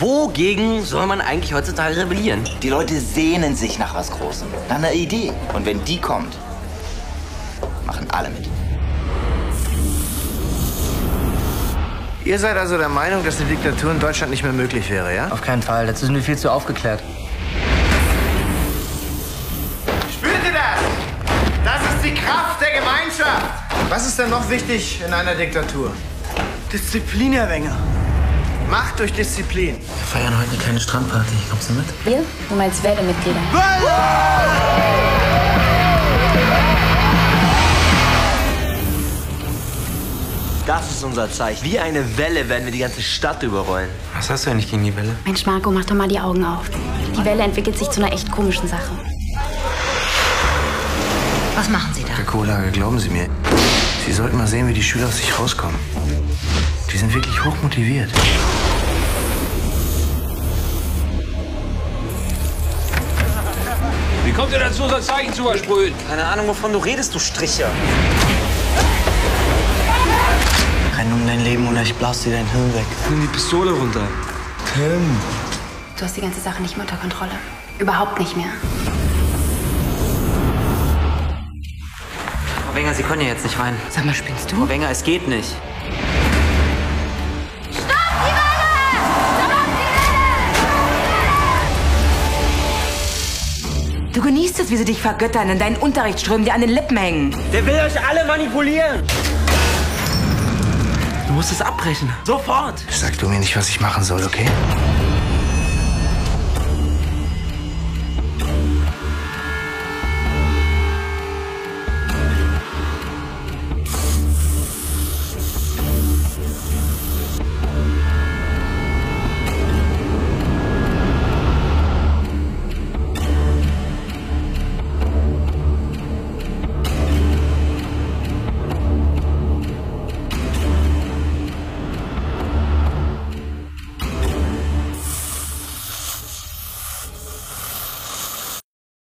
Wogegen soll man eigentlich heutzutage rebellieren? Die Leute sehnen sich nach was Großem, nach einer Idee. Und wenn die kommt, machen alle mit. Ihr seid also der Meinung, dass eine Diktatur in Deutschland nicht mehr möglich wäre, ja? Auf keinen Fall, dazu sind wir viel zu aufgeklärt. Spürt ihr das? Das ist die Kraft der Gemeinschaft. Was ist denn noch wichtig in einer Diktatur? Disziplin, Herr Wenger. Macht durch Disziplin. Wir feiern heute eine kleine Strandparty. Kommst du mit? Ihr? Du meinst Werdemitglieder. Das ist unser Zeichen. Wie eine Welle werden wir die ganze Stadt überrollen. Was hast du eigentlich gegen die Welle? Mensch, Marco, mach doch mal die Augen auf. Die Welle entwickelt sich zu einer echt komischen Sache. Was machen Sie da? Herr Kohlage, glauben Sie mir, Sie sollten mal sehen, wie die Schüler aus sich rauskommen. Die sind wirklich hochmotiviert. Wie kommt ihr dazu, unser Zeichen zu versprühen? Keine Ahnung, wovon du redest, du Stricher. Renn um dein Leben oder ich blase dir dein Hirn weg. Nimm die Pistole runter. Tim. Du hast die ganze Sache nicht mehr unter Kontrolle. Überhaupt nicht mehr. Frau Wenger, Sie können ja jetzt nicht weinen. Sag mal, spinnst Frau du? Wenger, es geht nicht. Du genießt es, wie sie dich vergöttern, in deinen Unterricht strömen, dir an den Lippen hängen. Der will euch alle manipulieren. Du musst es abbrechen. Sofort. Sag du mir nicht, was ich machen soll, okay?